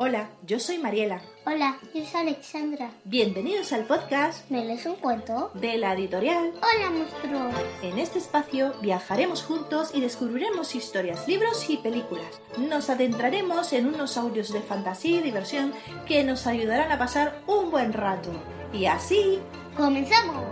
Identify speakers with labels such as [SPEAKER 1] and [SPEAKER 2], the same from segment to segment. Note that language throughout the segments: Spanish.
[SPEAKER 1] Hola, yo soy Mariela.
[SPEAKER 2] Hola, yo soy Alexandra.
[SPEAKER 1] Bienvenidos al podcast
[SPEAKER 2] ¿Me lees un cuento?
[SPEAKER 1] de la editorial.
[SPEAKER 2] Hola, monstruo.
[SPEAKER 1] En este espacio viajaremos juntos y descubriremos historias, libros y películas. Nos adentraremos en unos audios de fantasía y diversión que nos ayudarán a pasar un buen rato. Y así,
[SPEAKER 2] ¡Comenzamos!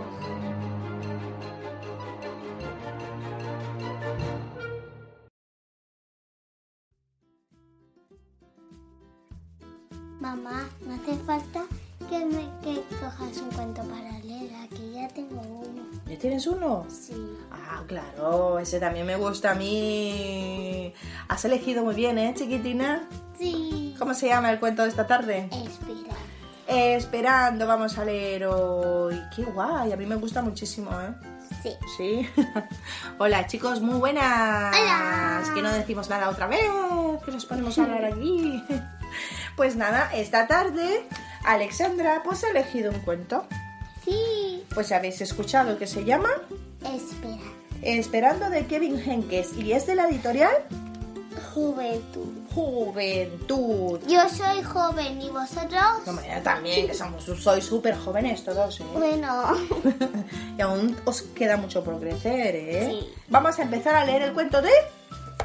[SPEAKER 2] Mamá, no hace falta que me que cojas un cuento para leer, aquí ya tengo uno.
[SPEAKER 1] ¿ya tienes uno?
[SPEAKER 2] Sí.
[SPEAKER 1] Ah, claro, ese también me gusta a mí. Has elegido muy bien, ¿eh, chiquitina?
[SPEAKER 2] Sí.
[SPEAKER 1] ¿Cómo se llama el cuento de esta tarde?
[SPEAKER 2] Espera.
[SPEAKER 1] Esperando, vamos a leer hoy. Qué guay, a mí me gusta muchísimo, ¿eh?
[SPEAKER 2] Sí.
[SPEAKER 1] Sí. Hola, chicos, muy buenas.
[SPEAKER 2] Hola.
[SPEAKER 1] Es que no decimos nada otra vez, que nos ponemos a hablar aquí. Pues nada, esta tarde Alexandra pues ha elegido un cuento.
[SPEAKER 2] Sí.
[SPEAKER 1] Pues habéis escuchado que se llama
[SPEAKER 2] Espera.
[SPEAKER 1] Esperando de Kevin Henkes y es de la editorial
[SPEAKER 2] Juventud.
[SPEAKER 1] Juventud.
[SPEAKER 2] Yo soy joven y vosotros.
[SPEAKER 1] No, manera también, que somos, sois súper jóvenes todos, ¿eh?
[SPEAKER 2] Bueno.
[SPEAKER 1] Y aún os queda mucho por crecer, ¿eh?
[SPEAKER 2] Sí.
[SPEAKER 1] Vamos a empezar a leer el cuento de...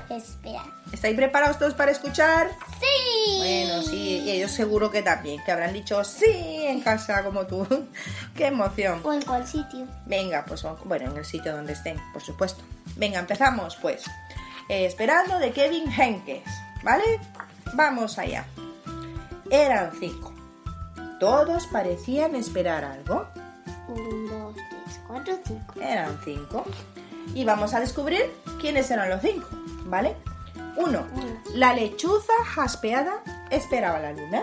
[SPEAKER 2] Espera.
[SPEAKER 1] ¿Estáis preparados todos para escuchar?
[SPEAKER 2] Sí.
[SPEAKER 1] Bueno, sí, y ellos seguro que también, que habrán dicho sí en casa como tú. ¡Qué emoción!
[SPEAKER 2] O en cuál sitio.
[SPEAKER 1] Venga, pues bueno, en el sitio donde estén, por supuesto. Venga, empezamos pues. Eh, esperando de Kevin Henkes, ¿vale? Vamos allá. Eran cinco. Todos parecían esperar algo.
[SPEAKER 2] Un, dos, tres, cuatro, cinco.
[SPEAKER 1] Eran cinco. Y vamos a descubrir quiénes eran los cinco, ¿vale? Uno, la lechuza jaspeada esperaba la luna.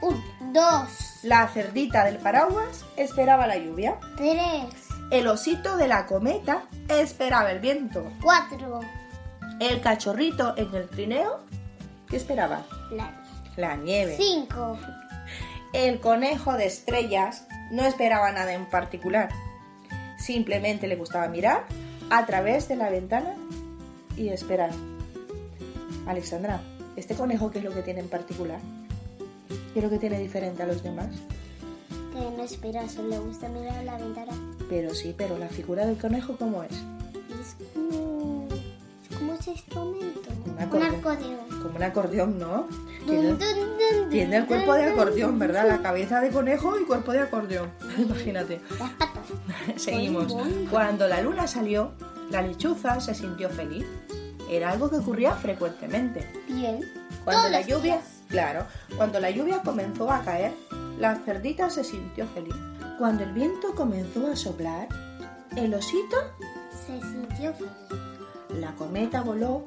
[SPEAKER 2] Un, dos,
[SPEAKER 1] La cerdita del paraguas esperaba la lluvia.
[SPEAKER 2] tres,
[SPEAKER 1] El osito de la cometa esperaba el viento.
[SPEAKER 2] cuatro.
[SPEAKER 1] El cachorrito en el trineo, ¿qué esperaba?
[SPEAKER 2] La,
[SPEAKER 1] La nieve.
[SPEAKER 2] cinco.
[SPEAKER 1] El conejo de estrellas no esperaba nada en particular. Simplemente le gustaba mirar a través de la ventana y esperar. Alexandra, ¿este conejo qué es lo que tiene en particular? ¿Qué es lo que tiene diferente a los demás?
[SPEAKER 2] Que no espera, solo le gusta mirar a la ventana.
[SPEAKER 1] Pero sí, pero la figura del conejo, ¿cómo es?
[SPEAKER 2] Y es como. es como ese instrumento.
[SPEAKER 1] Un
[SPEAKER 2] Un
[SPEAKER 1] acordeón.
[SPEAKER 2] acordeón.
[SPEAKER 1] Como un acordeón, ¿no?
[SPEAKER 2] Dun, dun,
[SPEAKER 1] Tiene,
[SPEAKER 2] dun, dun,
[SPEAKER 1] tiene el cuerpo
[SPEAKER 2] dun,
[SPEAKER 1] de
[SPEAKER 2] dun,
[SPEAKER 1] acordeón,
[SPEAKER 2] dun.
[SPEAKER 1] ¿verdad? La cabeza de conejo y cuerpo de acordeón. Imagínate.
[SPEAKER 2] Las patas.
[SPEAKER 1] Seguimos.
[SPEAKER 2] Boing, boing.
[SPEAKER 1] Cuando la luna salió, la lechuza se sintió feliz. Era algo que ocurría frecuentemente.
[SPEAKER 2] Bien.
[SPEAKER 1] Cuando
[SPEAKER 2] Todos
[SPEAKER 1] la
[SPEAKER 2] los
[SPEAKER 1] lluvia,
[SPEAKER 2] días.
[SPEAKER 1] claro, cuando la lluvia comenzó a caer, la cerdita se sintió feliz. Cuando el viento comenzó a soplar, el osito,
[SPEAKER 2] Se sintió feliz.
[SPEAKER 1] la cometa voló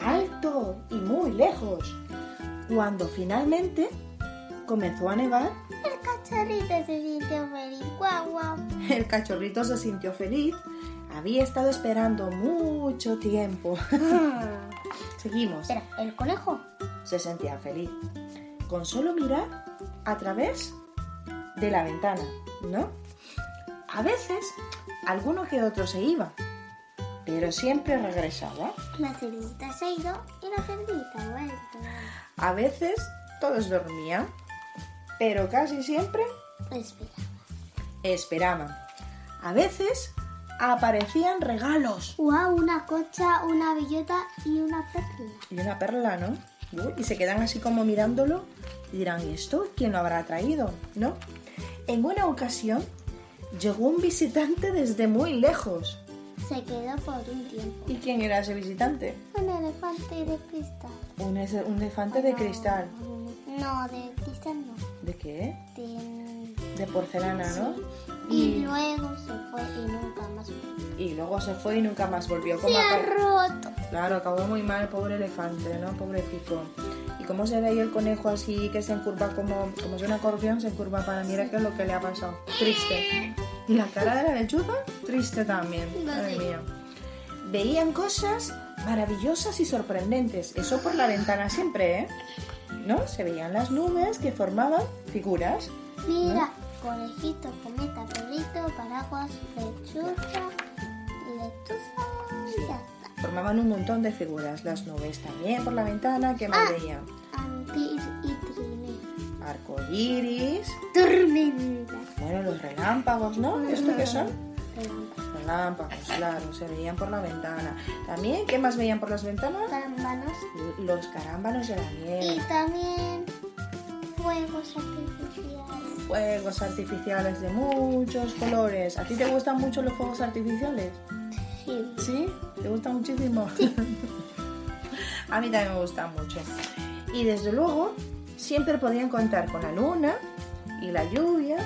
[SPEAKER 1] alto y muy lejos. Cuando finalmente comenzó a nevar,
[SPEAKER 2] El cachorrito se sintió feliz. Guau, guau.
[SPEAKER 1] El cachorrito se sintió feliz. Había estado esperando mucho tiempo. Seguimos.
[SPEAKER 2] Espera, el conejo.
[SPEAKER 1] Se sentía feliz. Con solo mirar a través de la ventana, ¿no? A veces, alguno que otro se iba, pero siempre regresaba.
[SPEAKER 2] La cerdita se ha ido y la cerdita ha vuelto.
[SPEAKER 1] A veces, todos dormían, pero casi siempre
[SPEAKER 2] Espera.
[SPEAKER 1] esperaban. A veces, aparecían regalos.
[SPEAKER 2] Wow, una cocha, una bellota y una perla.
[SPEAKER 1] y una perla, ¿no? Uy, Y se quedan así como mirándolo y dirán, ¿y esto quién lo habrá traído? ¿No? En una ocasión llegó un visitante desde muy lejos.
[SPEAKER 2] Se quedó por un tiempo.
[SPEAKER 1] ¿Y quién era ese visitante?
[SPEAKER 2] Un elefante de cristal.
[SPEAKER 1] Un, Este es- un elefante de cristal.
[SPEAKER 2] No, de cristal no.
[SPEAKER 1] ¿De qué?
[SPEAKER 2] De-
[SPEAKER 1] De porcelana, ¿no?
[SPEAKER 2] Y luego se fue y nunca más volvió.
[SPEAKER 1] Y luego se fue y nunca más volvió.
[SPEAKER 2] Se
[SPEAKER 1] Como
[SPEAKER 2] ha
[SPEAKER 1] acá-
[SPEAKER 2] roto.
[SPEAKER 1] Claro, acabó muy mal, pobre elefante, ¿no? Pobrecito. ¿Y cómo se ve ahí el conejo así que se encurva como, como si un acordeón se encurva para mirar qué es lo que le ha pasado? Triste. ¿Y la cara de la lechuza? Triste también.
[SPEAKER 2] No
[SPEAKER 1] Madre
[SPEAKER 2] sé.
[SPEAKER 1] mía. Veían cosas maravillosas y sorprendentes. Eso por la ventana siempre, ¿eh? ¿No? Se veían las nubes que formaban figuras.
[SPEAKER 2] Mira,
[SPEAKER 1] ¿Eh?
[SPEAKER 2] conejito, cometa, perrito, paraguas, lechuza, lechuza y ya está.
[SPEAKER 1] Formaban Ah. un montón de figuras. Las nubes también por la ventana. ¿Qué más veían?
[SPEAKER 2] Antir y tri.
[SPEAKER 1] Arcoiris.
[SPEAKER 2] Tormenta.
[SPEAKER 1] Bueno, los relámpagos, ¿no? ¿Esto qué son?
[SPEAKER 2] Relámpagos.
[SPEAKER 1] Relámpagos, claro, se veían por la ventana. También, ¿qué más veían por las ventanas?
[SPEAKER 2] Carambanos.
[SPEAKER 1] Los carámbanos de la
[SPEAKER 2] Y
[SPEAKER 1] nieve,
[SPEAKER 2] también fuegos artificiales.
[SPEAKER 1] fuegos artificiales de muchos colores. ¿A ti te gustan mucho los fuegos artificiales?
[SPEAKER 2] Sí.
[SPEAKER 1] ¿Sí? ¿Te gusta muchísimo? A mí también me gusta mucho. Y desde luego, siempre podían contar con la luna y la lluvia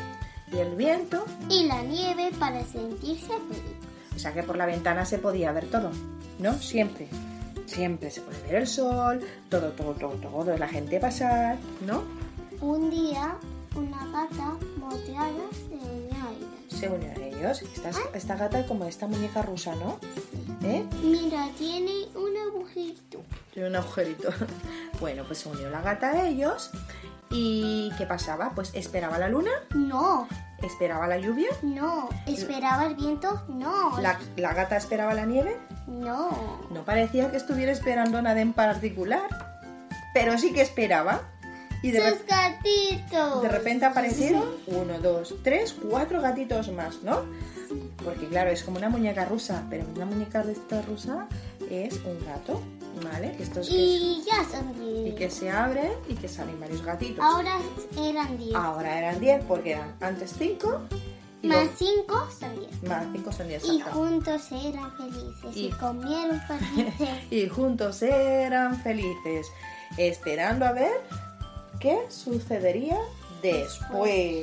[SPEAKER 1] y el viento.
[SPEAKER 2] Y la nieve para sentirse feliz.
[SPEAKER 1] O sea que por la ventana se podía ver todo, ¿no? Siempre. Siempre se puede ver el sol, todo, todo, todo, todo, la gente pasar, ¿no?
[SPEAKER 2] Un día, una gata moteada se unió a ella.
[SPEAKER 1] Se unió a ellos. Esta, es- esta gata es como esta muñeca rusa, ¿no? ¿Eh?
[SPEAKER 2] Mira, tiene un agujerito.
[SPEAKER 1] Tiene un agujerito. Bueno, pues se unió la gata a ellos. ¿Y qué pasaba? Pues esperaba la luna,
[SPEAKER 2] No,
[SPEAKER 1] esperaba la lluvia,
[SPEAKER 2] no. ¿Esperaba el viento? No,
[SPEAKER 1] la, la gata esperaba la nieve.
[SPEAKER 2] no.
[SPEAKER 1] No parecía que estuviera esperando nada en particular, pero sí que esperaba. Y de,
[SPEAKER 2] ¡Sus
[SPEAKER 1] rep-
[SPEAKER 2] gatitos!
[SPEAKER 1] de repente aparecieron uno, dos, tres, cuatro gatitos más, ¿no? Porque claro, es como una muñeca rusa, pero una muñeca de esta rusa es un gato, ¿vale? Que estos que-
[SPEAKER 2] Y ya son
[SPEAKER 1] y que
[SPEAKER 2] diez.
[SPEAKER 1] se abren y que salen varios gatitos.
[SPEAKER 2] Ahora eran diez.
[SPEAKER 1] Ahora eran 10 porque eran antes 5 Ah, y
[SPEAKER 2] Más cinco son diez.
[SPEAKER 1] luego- más 5 son 10.
[SPEAKER 2] Y juntos eran felices y,
[SPEAKER 1] Y-
[SPEAKER 2] comieron felices.
[SPEAKER 1] Y juntos eran felices, esperando a ver qué sucedería después.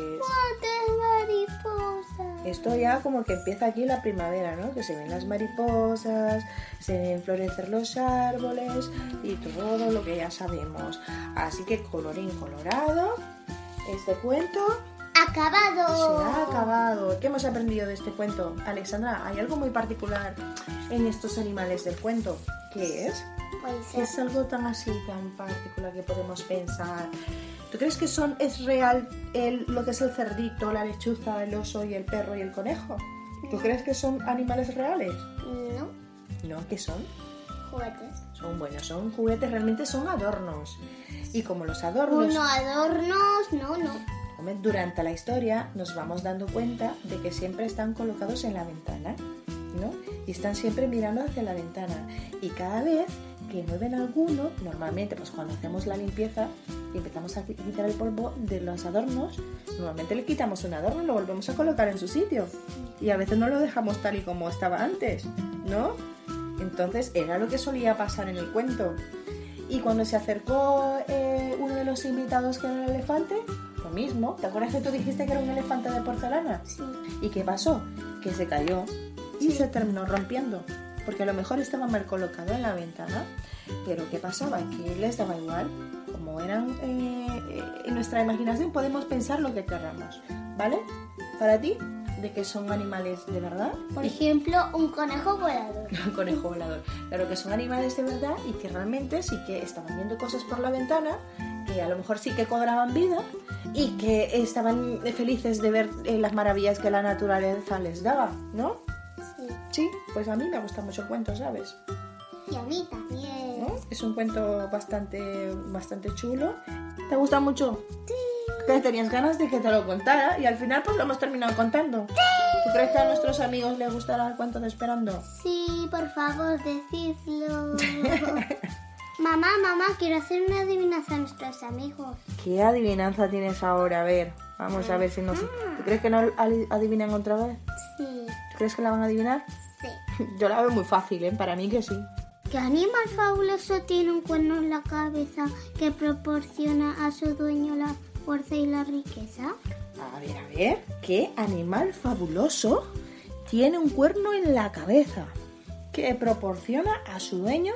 [SPEAKER 2] ¡Cuántas mariposas!
[SPEAKER 1] Esto ya como que empieza aquí la primavera, ¿no? Que se ven las mariposas, se ven florecer los árboles y todo lo que ya sabemos. Así que colorín colorado, este cuento
[SPEAKER 2] ¡Acabado!
[SPEAKER 1] Se ha acabado. ¿Qué hemos aprendido de este cuento? Alexandra, hay algo muy particular en estos animales del cuento. ¿Qué es?
[SPEAKER 2] Pues
[SPEAKER 1] ¿Qué Es algo tan así, tan particular que podemos pensar. ¿Tú crees que son, es real el, lo que es el cerdito, la lechuza, el oso y el perro y el conejo? ¿Tú crees que son animales reales?
[SPEAKER 2] no,
[SPEAKER 1] No, ¿qué son?
[SPEAKER 2] juguetes.
[SPEAKER 1] Son buenos, son juguetes, realmente son adornos. Y como los adornos...
[SPEAKER 2] Uno adornos, no, no.
[SPEAKER 1] Hombre, Durante la historia nos vamos dando cuenta de que siempre están colocados en la ventana, ¿no? Y están siempre mirando hacia la ventana. Y cada vez que mueven alguno, normalmente, pues cuando hacemos la limpieza y empezamos a qui- quitar el polvo de los adornos, normalmente le quitamos un adorno y lo volvemos a colocar en su sitio. Y a veces no lo dejamos tal y como estaba antes, ¿no? Entonces era lo que solía pasar en el cuento. Y cuando se acercó eh, uno de los invitados que era el elefante, lo mismo. ¿Te acuerdas que tú dijiste que era un elefante de porcelana?
[SPEAKER 2] Sí.
[SPEAKER 1] ¿Y qué pasó? Que se cayó y se terminó rompiendo. Porque a lo mejor estaba mal colocado en la ventana. Pero ¿qué pasaba? Que les daba igual. Como eran eh, eh, en nuestra imaginación, podemos pensar lo que querramos. ¿Vale? Para ti, de que son animales de verdad.
[SPEAKER 2] Por
[SPEAKER 1] Y-
[SPEAKER 2] ejemplo, un conejo volador.
[SPEAKER 1] un conejo volador. Claro que son animales de verdad y que realmente sí que estaban viendo cosas por la ventana, que a lo mejor sí que cobraban vida y que estaban felices de ver eh, las maravillas que la naturaleza les daba, ¿no?
[SPEAKER 2] Sí.
[SPEAKER 1] Sí, pues a mí me gusta mucho el cuento, ¿sabes?
[SPEAKER 2] Y a mí también.
[SPEAKER 1] ¿No? Es un cuento bastante, bastante chulo. ¿Te gusta mucho? Sí. Que tenías ganas de que te lo contara y al final pues lo hemos terminado contando. ¿Tú crees que a nuestros amigos les gustará el cuento de Esperando?
[SPEAKER 2] Sí, por favor, decidlo. mamá, mamá, quiero hacer una adivinanza a nuestros amigos.
[SPEAKER 1] ¿Qué adivinanza tienes ahora? A ver, vamos a ver si nos... ¿Tú crees que no ali- adivinan otra vez?
[SPEAKER 2] Sí,
[SPEAKER 1] ¿Tú crees que la van a adivinar?
[SPEAKER 2] sí.
[SPEAKER 1] Yo la veo muy fácil, ¿eh? Para mí que sí.
[SPEAKER 2] ¿Qué animal fabuloso tiene un cuerno en la cabeza que proporciona a su dueño la fuerza y la riqueza?
[SPEAKER 1] A ver, a ver. ¿Qué animal fabuloso tiene un cuerno en la cabeza que proporciona a su dueño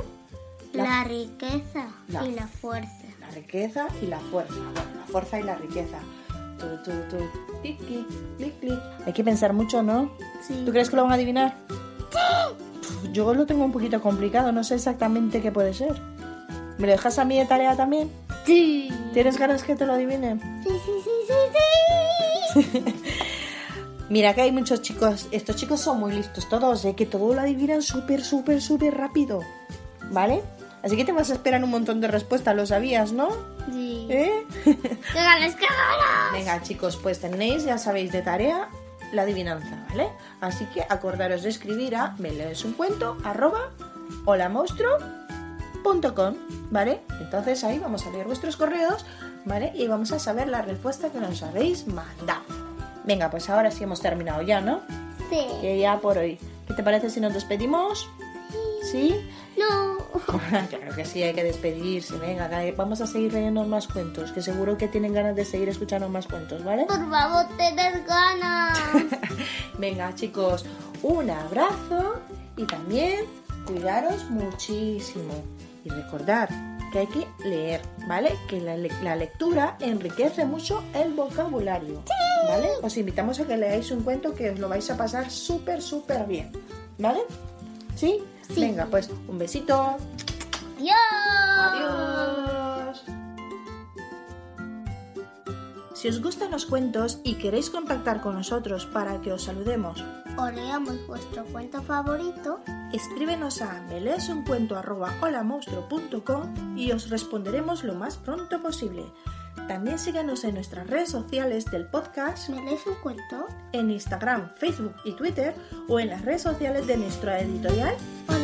[SPEAKER 2] La, riqueza
[SPEAKER 1] La-
[SPEAKER 2] y la fuerza.
[SPEAKER 1] la riqueza y la fuerza? Bueno, la fuerza y la riqueza. Tu, tu, tu, clic, clic, clic, clic. Hay que pensar mucho, ¿no?
[SPEAKER 2] Sí.
[SPEAKER 1] ¿Tú crees que lo van a adivinar? Pf, Yo lo tengo un poquito complicado, no sé exactamente qué puede ser. ¿Me lo dejas a mí de tarea también?
[SPEAKER 2] Sí.
[SPEAKER 1] ¿Tienes ganas que te lo adivine?
[SPEAKER 2] Sí, sí, sí, sí, sí.
[SPEAKER 1] Mira que hay muchos chicos, estos ¿eh? chicos son muy listos todos, de que todo lo adivinan súper, súper, súper rápido, ¿vale? Así que te vas a esperar un montón de respuestas, lo sabías, ¿no?
[SPEAKER 2] Sí.
[SPEAKER 1] ¿Eh?
[SPEAKER 2] ¡Venga, las cámaras!
[SPEAKER 1] Venga, chicos, pues tenéis, ya sabéis, de tarea la adivinanza, ¿vale? Así que acordaros de escribir a me lees un cuento, arroba, holamonstruo.com, ¿vale? Entonces ahí vamos a leer vuestros correos, ¿vale? Y vamos a saber la respuesta que nos habéis mandado. Venga, pues ahora sí hemos terminado ya, ¿no?
[SPEAKER 2] Sí.
[SPEAKER 1] Que ya por hoy. ¿Qué te parece si nos despedimos? ¿Sí?
[SPEAKER 2] No.
[SPEAKER 1] claro que sí, hay que despedirse. Venga, que vamos a seguir leyendo más cuentos, que seguro que tienen ganas de seguir escuchando más cuentos, ¿vale?
[SPEAKER 2] Por favor, tened ganas.
[SPEAKER 1] Venga, chicos, un abrazo y también cuidaros muchísimo. Y recordar que hay que leer, ¿vale? Que la, le- la lectura enriquece mucho el vocabulario. ¿Vale? Os invitamos a que leáis un cuento que os lo vais a pasar súper, súper bien. ¿Vale? ¿Sí?
[SPEAKER 2] Sí.
[SPEAKER 1] Venga, pues un besito.
[SPEAKER 2] Adiós.
[SPEAKER 1] Adiós. Si os gustan los cuentos y queréis contactar con nosotros para que os saludemos
[SPEAKER 2] O leamos vuestro cuento favorito.
[SPEAKER 1] Escríbenos a meleesuncuento.com y os responderemos lo más pronto posible. También síganos en nuestras redes sociales del podcast,
[SPEAKER 2] ¿Me lees un cuento?
[SPEAKER 1] en Instagram, Facebook y Twitter o en las redes sociales de nuestra editorial
[SPEAKER 2] Hola,